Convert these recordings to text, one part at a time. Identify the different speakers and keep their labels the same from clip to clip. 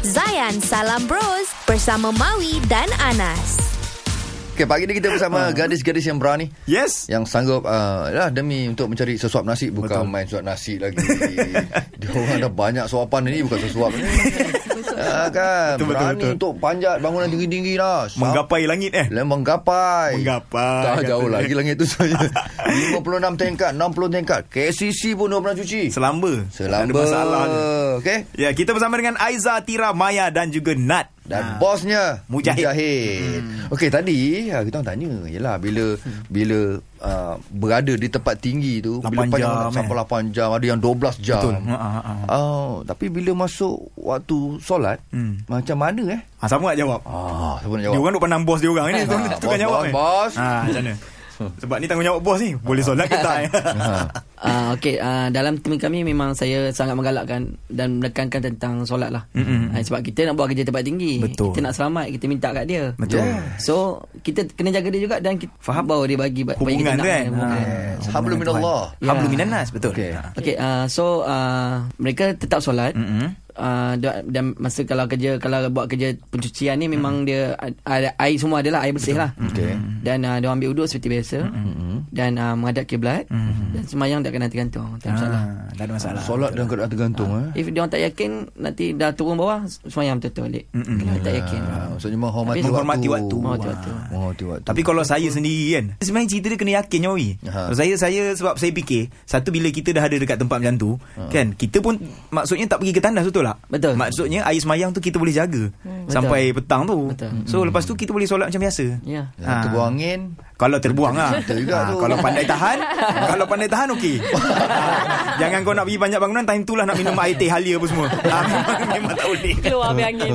Speaker 1: Zayan Salam Bros bersama Maui dan Anas.
Speaker 2: Okay, pagi ni kita bersama
Speaker 3: Ah.
Speaker 2: gadis-gadis yang berani
Speaker 3: Yes.
Speaker 2: yang sanggup uh, lah demi untuk mencari sesuap nasi bukan
Speaker 3: Betul.
Speaker 2: main suap nasi lagi. Dia orang dah banyak suapan ni bukan sesuap ni. Ah, kan
Speaker 3: Betul, betul,
Speaker 2: berani
Speaker 3: betul.
Speaker 2: untuk panjat bangunan tinggi-tinggi lah. Sam-
Speaker 3: Menggapai langit eh.
Speaker 2: Lah menggapai.
Speaker 3: Menggapai,
Speaker 2: Tak
Speaker 3: kata
Speaker 2: jauh
Speaker 3: dia.
Speaker 2: lagi langit tu saya. 56 tingkat, 60 tingkat. KCC pun dah pernah cuci.
Speaker 3: Selamba. Tak Ada
Speaker 2: Selamba.
Speaker 3: masalah je.
Speaker 2: Okey.
Speaker 3: Ya, kita bersama dengan Aiza, Tira, Maya dan juga Nat.
Speaker 2: Dan ha. bosnya
Speaker 3: Ah. Mujahid.
Speaker 2: Mujahid. Hmm. Okey tadi ha, kita orang tanya yalah bila hmm. bila uh, berada di tempat tinggi tu bila
Speaker 3: Lapan jam, eh.
Speaker 2: sampai 8 jam ada yang 12 jam.
Speaker 3: Betul. Ha, ha, ha.
Speaker 2: Oh, tapi bila masuk waktu solat hmm.
Speaker 3: Hmm.
Speaker 2: macam mana eh?
Speaker 3: Ha, sama nak jawab.
Speaker 2: Ah, siapa nak
Speaker 3: Dia
Speaker 2: jawab?
Speaker 3: orang duk pandang bos dia orang ni.
Speaker 2: Ha,
Speaker 3: Ha, tukar
Speaker 2: bos,
Speaker 3: jawab
Speaker 2: bos,
Speaker 3: eh.
Speaker 2: bos.
Speaker 3: Ha, macam mana? Sebab ni tanggungjawab bos ni. Boleh solat ke tak? eh?
Speaker 2: Ha.
Speaker 4: Uh, Okey, uh, dalam tim kami memang saya sangat menggalakkan dan menekankan tentang solat lah. Mm-hmm. Uh, sebab kita nak buat kerja tempat tinggi.
Speaker 3: Betul.
Speaker 4: Kita nak selamat, kita minta kat dia.
Speaker 3: Betul.
Speaker 2: Yeah.
Speaker 4: So, kita kena jaga dia juga dan kita faham bahawa dia bagi baik
Speaker 3: Hubungan tu kan.
Speaker 2: Yes. Hablum minallah.
Speaker 3: Ya. Hablum minanas betul.
Speaker 2: Okey.
Speaker 3: Ha.
Speaker 4: Okey, uh, so uh, mereka tetap solat.
Speaker 3: Mm-mm.
Speaker 4: Uh, dan, dan masa kalau kerja kalau buat kerja pencucian ni memang dia ada air semua adalah air bersih lah.
Speaker 2: Okey.
Speaker 4: Dan uh, dia ambil uduk seperti biasa dan uh, menghadap kiblat dan semayang tak kena tergantung. Tak
Speaker 3: Ha,
Speaker 4: masalah.
Speaker 3: tak ada masalah.
Speaker 2: Solat dalam keadaan tergantung
Speaker 3: Ah.
Speaker 2: eh.
Speaker 4: If dia orang tak yakin nanti dah turun bawah semayang betul balik. Mm-mm. Kalau tak yakin.
Speaker 2: Ah, maksudnya menghormati
Speaker 4: Tapi-
Speaker 2: waktu.
Speaker 3: Menghormati waktu. Ah.
Speaker 4: Menghormati waktu.
Speaker 2: Menghormati waktu.
Speaker 3: Tapi kalau saya sendiri kan Sebenarnya cerita dia kena yakin Nyawi
Speaker 2: Ha.
Speaker 3: ha. Saya saya sebab saya fikir Satu bila kita dah ada dekat tempat macam tu ha. Kan Kita pun maksudnya tak pergi ke tandas betul tak?
Speaker 4: Betul.
Speaker 3: Maksudnya air semayang tu kita boleh jaga hmm. Sampai petang tu
Speaker 4: Betul.
Speaker 3: So lepas tu kita boleh solat macam biasa
Speaker 4: Ya.
Speaker 2: Jangan
Speaker 3: Ah.
Speaker 2: terbuang angin.
Speaker 3: Kalau terbuang lah
Speaker 2: Betul juga tu.
Speaker 3: Kalau pandai tahan Kalau pandai tahan okey ha. Jangan kau nak pergi banyak bangunan Time tu lah nak minum air teh halia apa semua ha. memang- Memang tak boleh
Speaker 5: Keluar ambil angin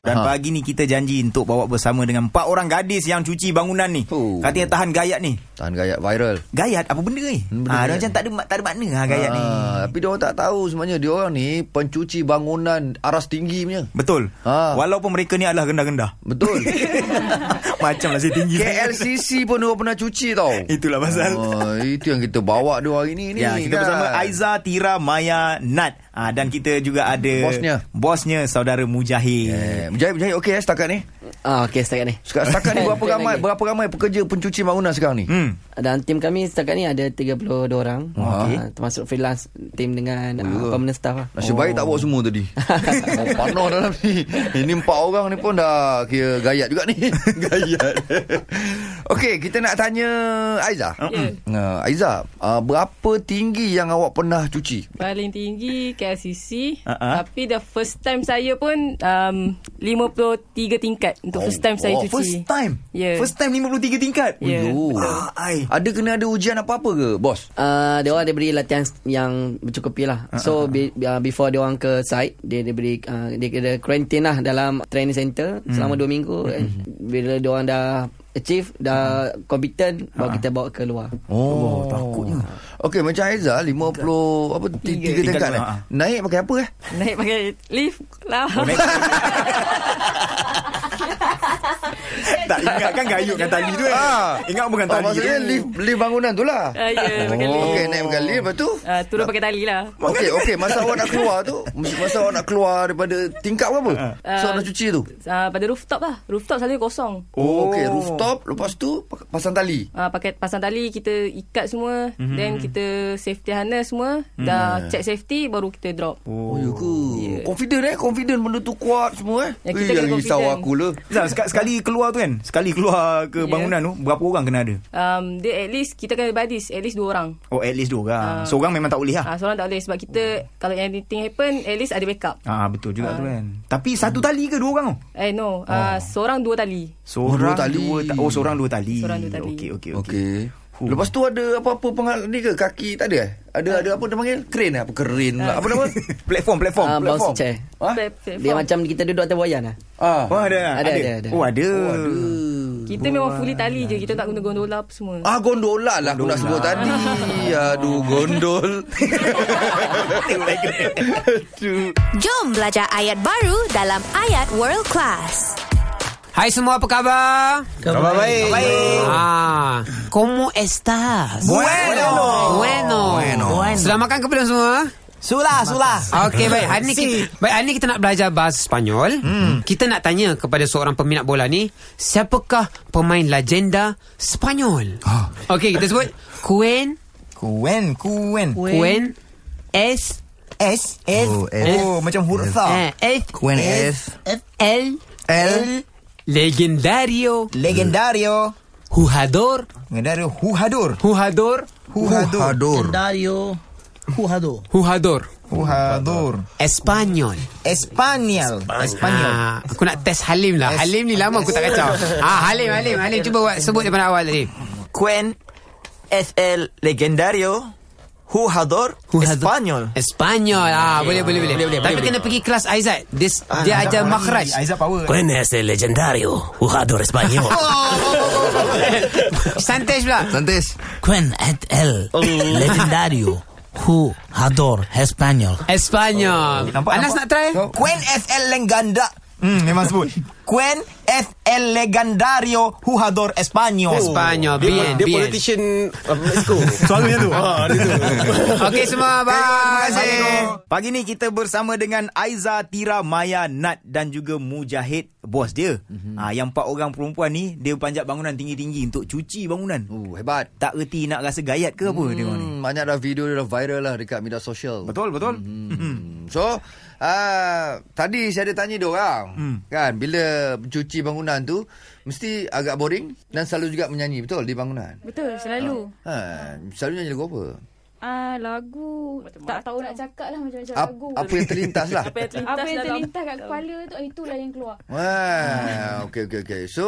Speaker 3: Dan
Speaker 2: Ha.
Speaker 3: ha. pagi ni kita janji untuk bawa bersama dengan empat orang gadis yang cuci bangunan ni.
Speaker 2: Oh.
Speaker 3: Katanya tahan gayat ni.
Speaker 2: Tahan gayat viral.
Speaker 3: Gayat apa benda ni?
Speaker 2: Hmm, benda
Speaker 3: Ah,
Speaker 2: gayat
Speaker 3: dia macam tak ada tak ada makna ha gayat ni.
Speaker 2: Ah, Tapi dia orang tak tahu sebenarnya dia orang ni pencuci bangunan aras tinggi punya.
Speaker 3: Betul.
Speaker 2: Ah.
Speaker 3: Walaupun mereka ni adalah gendah-gendah.
Speaker 2: Betul.
Speaker 3: Macam lah saya tinggi.
Speaker 2: KLCC pun dia orang pernah cuci tau.
Speaker 3: Itulah pasal.
Speaker 2: Ah, itu yang kita bawa dia hari ni ni.
Speaker 3: Ya, kita
Speaker 2: kan?
Speaker 3: bersama Aiza, Tira, Maya, Nat. Ah, dan kita juga ada
Speaker 2: Bosnya.
Speaker 3: Bosnya saudara Mujahid.
Speaker 2: Eh, Mujahid, Mujahid okey eh setakat ni.
Speaker 4: Ah okey setakat ni.
Speaker 2: Setakat, setakat ni berapa
Speaker 4: Betul
Speaker 2: ramai
Speaker 4: lagi.
Speaker 2: berapa ramai pekerja pencuci bangunan sekarang ni?
Speaker 3: Hmm.
Speaker 4: Dan tim kami setakat ni ada 32 orang.
Speaker 2: Wah.
Speaker 4: Ah, termasuk freelance tim dengan
Speaker 2: ya.
Speaker 4: uh, permanent staff lah.
Speaker 2: Nasib baik tak bawa semua tadi. oh, panah dalam ni. Ini empat orang ni pun dah kira gayat juga ni. gayat. Okey, kita nak tanya Aiza.
Speaker 5: Ya.
Speaker 2: Uh, Aiza, uh, berapa tinggi yang awak pernah cuci?
Speaker 5: Paling tinggi KLCC
Speaker 3: Ha-ha.
Speaker 5: uh-huh. Tapi the first time saya pun um, 53 tingkat Untuk oh, first time saya
Speaker 2: oh,
Speaker 5: cuci
Speaker 3: First time.
Speaker 5: Ya.
Speaker 3: First time 53 tingkat.
Speaker 5: Ya.
Speaker 2: Yo.
Speaker 3: Ah, ai.
Speaker 2: Ada kena ada ujian apa-apa ke, bos?
Speaker 4: Uh, dia orang dia beri latihan s- yang mencukupi lah. So be, uh, before dia orang ke site, dia dia beri uh, dia kena quarantine lah dalam training center selama 2 minggu. And Bila dia orang dah achieve dah competent baru kita bawa ke luar.
Speaker 2: Oh, takutnya. Okey, macam Aiza 50 apa 3 tingkat,
Speaker 3: Tingkat
Speaker 2: tingkat
Speaker 3: tu,
Speaker 2: eh.
Speaker 3: ha.
Speaker 2: Naik pakai apa eh?
Speaker 5: Naik pakai lift lah
Speaker 3: Oh, tak ingat kan gayut kan tali tu eh.
Speaker 2: Ah.
Speaker 3: Ingat bukan
Speaker 2: Oh,
Speaker 3: tali eh.
Speaker 2: maksudnya
Speaker 3: tu.
Speaker 2: lift lift bangunan tu lah.
Speaker 5: Ah, ya,
Speaker 3: Oh,
Speaker 5: pakai lift.
Speaker 2: Okey, naik pakai lift lepas tu.
Speaker 5: uh, Turun pakai tali lah
Speaker 2: Okey, okey, masa awak nak keluar tu, masa awak nak keluar daripada tingkap berapa? So
Speaker 5: Ah.
Speaker 2: nak cuci tu.
Speaker 5: uh, Pada rooftop lah Rooftop selalu kosong
Speaker 2: Oh, okey, rooftop, lepas tu pak- pasang tali.
Speaker 5: Uh, pakai pasang tali kita ikat semua
Speaker 3: Mhm.
Speaker 5: mm-hmm. then kita safety harness semua
Speaker 3: Hmm.
Speaker 5: mm. dah check safety baru kita drop
Speaker 2: Oh, you ke. Confident eh, confident benda tu kuat semua eh.
Speaker 5: Ya,
Speaker 2: Eh,
Speaker 5: kita
Speaker 2: yang
Speaker 5: kena
Speaker 2: risau
Speaker 5: confident.
Speaker 2: aku lah.
Speaker 3: Zah, sek- sekali keluar tu kan Sekali keluar ke
Speaker 5: Ya.
Speaker 3: bangunan tu Berapa orang kena ada?
Speaker 5: um, dia at least kita kena badis at least dua orang
Speaker 3: Oh at least dua orang uh, Seorang memang tak boleh lah
Speaker 5: Ah, seorang tak boleh sebab kita kalau anything happen at least ada backup.
Speaker 3: Ah Betul juga tu kan Tapi satu tali ke Oh, dua orang tu?
Speaker 5: Eh no, ah, seorang dua tali.
Speaker 3: Seorang
Speaker 2: Oh, dua tali.
Speaker 3: ta- Oh seorang dua tali
Speaker 5: Seorang dua tali.
Speaker 3: Okey okey okey
Speaker 2: Okey.
Speaker 3: Huh.
Speaker 2: Lepas tu ada apa-apa pengal ni ke kaki tak ada eh?
Speaker 5: Ah.
Speaker 2: Ada ada apa dia panggil? Crane eh? apa crane lah. Apa nama?
Speaker 3: Platform platform
Speaker 4: Ah, bouncy
Speaker 3: platform
Speaker 4: chair.
Speaker 2: Ha?
Speaker 5: Plat- platform.
Speaker 4: Dia macam kita duduk atas buayan lah.
Speaker 2: Ah.
Speaker 3: Oh ada
Speaker 4: Ada, ada, ada.
Speaker 3: Oh ada
Speaker 5: Kita memang fully tali je. Kita tak guna gondola apa semua.
Speaker 2: Ah gondola lah aku nak sebut tadi.
Speaker 3: Oh,
Speaker 2: Aduh gondol.
Speaker 1: Jom belajar ayat baru dalam Ayat World Class.
Speaker 6: Hai semua apa khabar?
Speaker 3: Khabar baik Baik
Speaker 6: Ah, ¿cómo estás?
Speaker 3: Bueno.
Speaker 6: Bueno. Bueno. Selamat makan ke belum semua?
Speaker 3: Sulah, sulah.
Speaker 6: Okey baik. Hari ni kita, baik hari ni kita nak belajar bahasa Sepanyol. Hmm. Kita nak tanya kepada seorang peminat bola ni, siapakah pemain legenda Sepanyol?
Speaker 3: Ah.
Speaker 6: Okey, kita sebut Cuen
Speaker 3: Kuen, kuen.
Speaker 6: Cuen S
Speaker 3: S, S.
Speaker 2: Oh,
Speaker 3: Oh,
Speaker 2: S.
Speaker 3: macam huruf tha.
Speaker 6: eh, F
Speaker 2: Cuen es
Speaker 6: L
Speaker 3: Ah. L.
Speaker 6: legendario
Speaker 3: Legendario.
Speaker 6: jugador
Speaker 3: Legendario Huhadur.
Speaker 6: jugador
Speaker 3: Huhadur.
Speaker 7: Legendario jugador.
Speaker 6: jugador
Speaker 3: Huhadur.
Speaker 6: Espanyol.
Speaker 3: Espanyol. Espanyol.
Speaker 6: Ah, aku nak test Halim lah. Halim ni lama aku tak kacau. Ah, Halim, Halim, Halim cuba buat sebut daripada awal tadi.
Speaker 8: Quen es el legendario jugador español.
Speaker 6: Espanyol. Ah, boleh, boleh, boleh. Tapi kena pergi kelas Aizat. Dia, dia ajar makhraj.
Speaker 3: Ah, Aizat power.
Speaker 9: Quen es el legendario jugador español.
Speaker 6: Santai Oh. pula.
Speaker 2: Santis
Speaker 9: Quen es el
Speaker 8: Oh.
Speaker 9: legendario jugador español.
Speaker 6: Espanyol.
Speaker 3: Nampak,
Speaker 6: Anas
Speaker 3: nampak. Oh.
Speaker 6: nak try?
Speaker 8: Quen es el legenda.
Speaker 3: Hmm, memang sebut.
Speaker 8: Quen es el legendario jugador
Speaker 3: Oh.
Speaker 8: español.
Speaker 6: Espanyol. Bien, bien.
Speaker 3: Suara macam tu.
Speaker 6: Ah,
Speaker 3: Ha,
Speaker 6: Okey semua. Bye.
Speaker 3: Pagi ni kita bersama dengan Aiza, Tira, Maya, Nat dan juga Mujahid, bos dia.
Speaker 8: Mhm.
Speaker 3: Mm-hmm. Ha, yang empat orang perempuan ni, dia panjat bangunan tinggi-tinggi untuk cuci bangunan.
Speaker 2: Uh, hebat
Speaker 3: Tak erti nak rasa gayat ke apa hmm. tengok ni.
Speaker 2: Hmm, banyak dah video dia dah viral lah dekat media sosial.
Speaker 3: Betul, betul.
Speaker 2: Hmm. So, uh, tadi saya ada tanya dia orang, hmm. kan, bila cuci bangunan tu mesti agak boring dan selalu juga menyanyi, betul di bangunan.
Speaker 5: Betul, selalu.
Speaker 2: Ha, selalu nyanyi lagu apa?
Speaker 10: Ah lagu tak tahu nak cakap lah macam-macam
Speaker 2: Ap,
Speaker 10: lagu.
Speaker 2: apa yang terlintas lah.
Speaker 5: Apa yang terlintas,
Speaker 10: Apa yang
Speaker 5: dalam
Speaker 10: terlintas kat kepala tu itulah yang keluar.
Speaker 2: Wah, okey okey okey. So,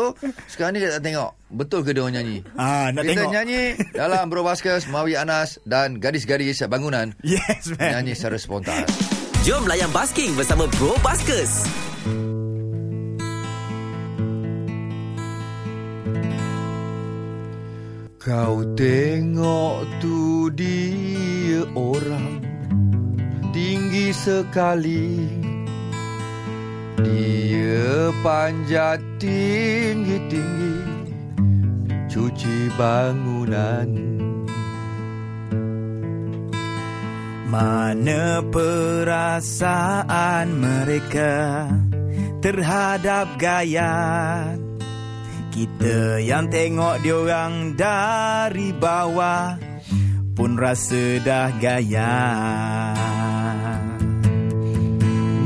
Speaker 2: sekarang ni kita nak tengok betul ke dia orang nyanyi?
Speaker 3: Ah, nak
Speaker 2: kita
Speaker 3: tengok.
Speaker 2: nyanyi dalam Bro Baskers, Mawi Anas dan gadis-gadis bangunan
Speaker 3: Yes, man.
Speaker 2: nyanyi secara spontan.
Speaker 9: Jom layan basking bersama Bro Baskers.
Speaker 2: Kau tengok tu dia orang Tinggi sekali Dia panjat tinggi-tinggi Cuci bangunan
Speaker 3: Mana perasaan mereka terhadap gayat Kita yang tengok diorang dari bawah pun rasa dah gayat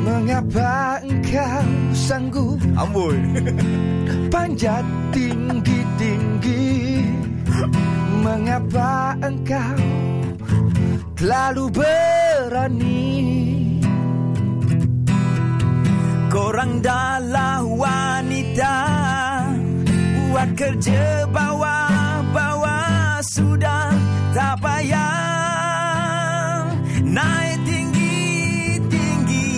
Speaker 2: Mengapa engkau sanggup
Speaker 3: Amboi
Speaker 2: panjat tinggi-tinggi Mengapa engkau terlalu berani
Speaker 3: Korang dalah wanita Buat kerja bawah-bawah Sudah tak payah Naik tinggi-tinggi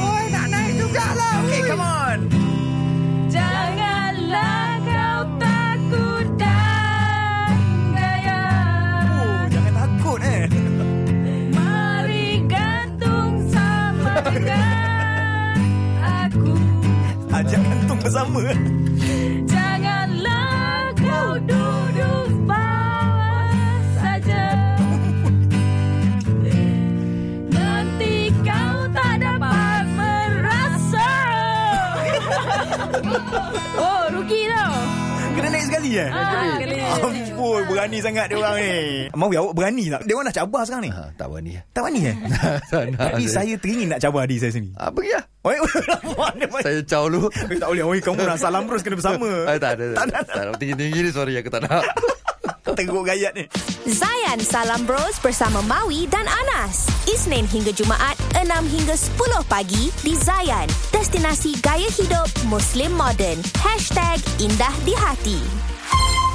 Speaker 3: Oi nak naik juga lah Okay come on
Speaker 10: Janganlah kau takut dan gaya.
Speaker 3: Oh jangan takut eh
Speaker 10: Mari gantung sama dengan aku.
Speaker 3: Ajak kantung bersama
Speaker 10: Janganlah kau duduk bawah saja. Nanti kau tak dapat merasa. oh, rugi tau.
Speaker 3: Kena naik sekali eh
Speaker 10: Ah, kena.
Speaker 3: Ampun berani sangat diorang ni Mau awak berani tak? Diorang nak cabar sekarang ni
Speaker 2: ha, Tak berani
Speaker 3: Tak berani eh? Tapi saya teringin nak cabar adik saya sini
Speaker 2: Ah, pergi lah
Speaker 3: Oi, mana mana?
Speaker 2: Saya caw dulu
Speaker 3: Eh, tak boleh. Oi, kamu nak salam terus kena bersama.
Speaker 2: Ah, tak ada.
Speaker 3: Tak ada.
Speaker 2: Tak ada. Tinggi-tinggi ni sorry aku tak nak.
Speaker 3: Teruk gayat ni.
Speaker 1: Zayan Salam Bros bersama Maui dan Anas. Isnin hingga Jumaat 6 hingga 10 pagi di Zayan. Destinasi gaya hidup Muslim Modern. #IndahDiHati.